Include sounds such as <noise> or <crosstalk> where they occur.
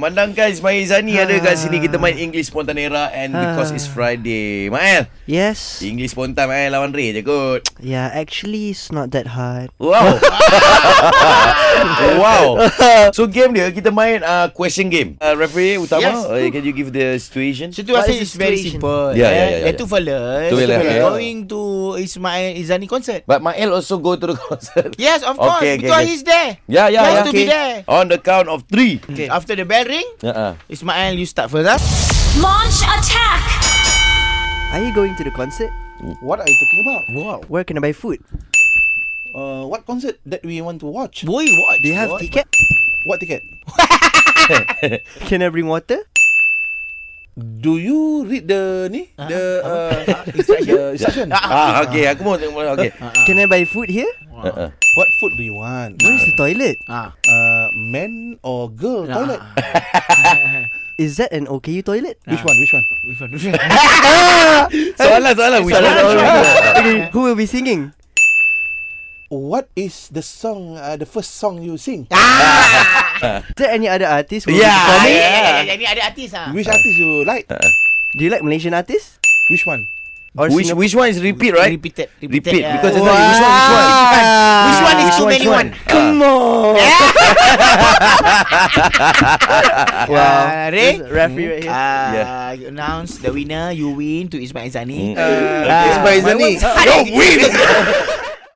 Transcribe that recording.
Memandangkan Ismail Izani Ha. ada kat sini Kita main English Spontan Era And Ha. because it's Friday Mael Yes. English Spontan Mael lawan Ray je kot Yeah, actually it's not that hard. Wow <laughs> Wow So game dia Kita main uh, question game uh, Referee utama Yes. uh, Can you give the situation? Situasi What is is very situation? simple. Eh, Yeah, yeah, yeah, There yeah. two fellas Two fellas, yeah. going to Ismail Izani concert. But Mael also go to the <laughs> concert Yes, of course, Okay, okay, because okay. he's there. Yeah, yeah, He has yeah. to be there. On the count of three Okay. After the bell ring, uh-uh. Ismail, you start first, huh? Launch attack! Are you going to the concert? What are you talking about? Wow. Where can I buy food? Uh, what concert that we want to watch? Boy, what? Do you have what? ticket? What ticket? Can I bring water? Do you read the ni? The uh, instruction? the instruction. Ah, okay Aku mau tengok Okay Can I buy food here? uh-uh. What food do you want? Where is the toilet? Ah. Uh, man or girl toilet? Is that an OKU toilet? <laughs> Which one? Which one? Which one? Which one? <laughs> <laughs> Soalan, soalan Soalan, okay, who will be singing? What is the song? Uh, the first song you sing? Is there any other artist who Yeah, will be performing? yeah. Ini ada artis ah. Which artist you like? Do you like Malaysian artists? Which one? Or Which, Singapore? which one is repeat right? Repeated. Repeat yeah. Because oh. wow. which one, which one? Which one is too many one? Ah, Ah. Come on! Wow. Ring. There's a Referee right here. Ah, Yeah. you Mm. announce Uh, Uh, the winner, you win to Ismail Izani. <laughs> It's by Zani. Yo, win!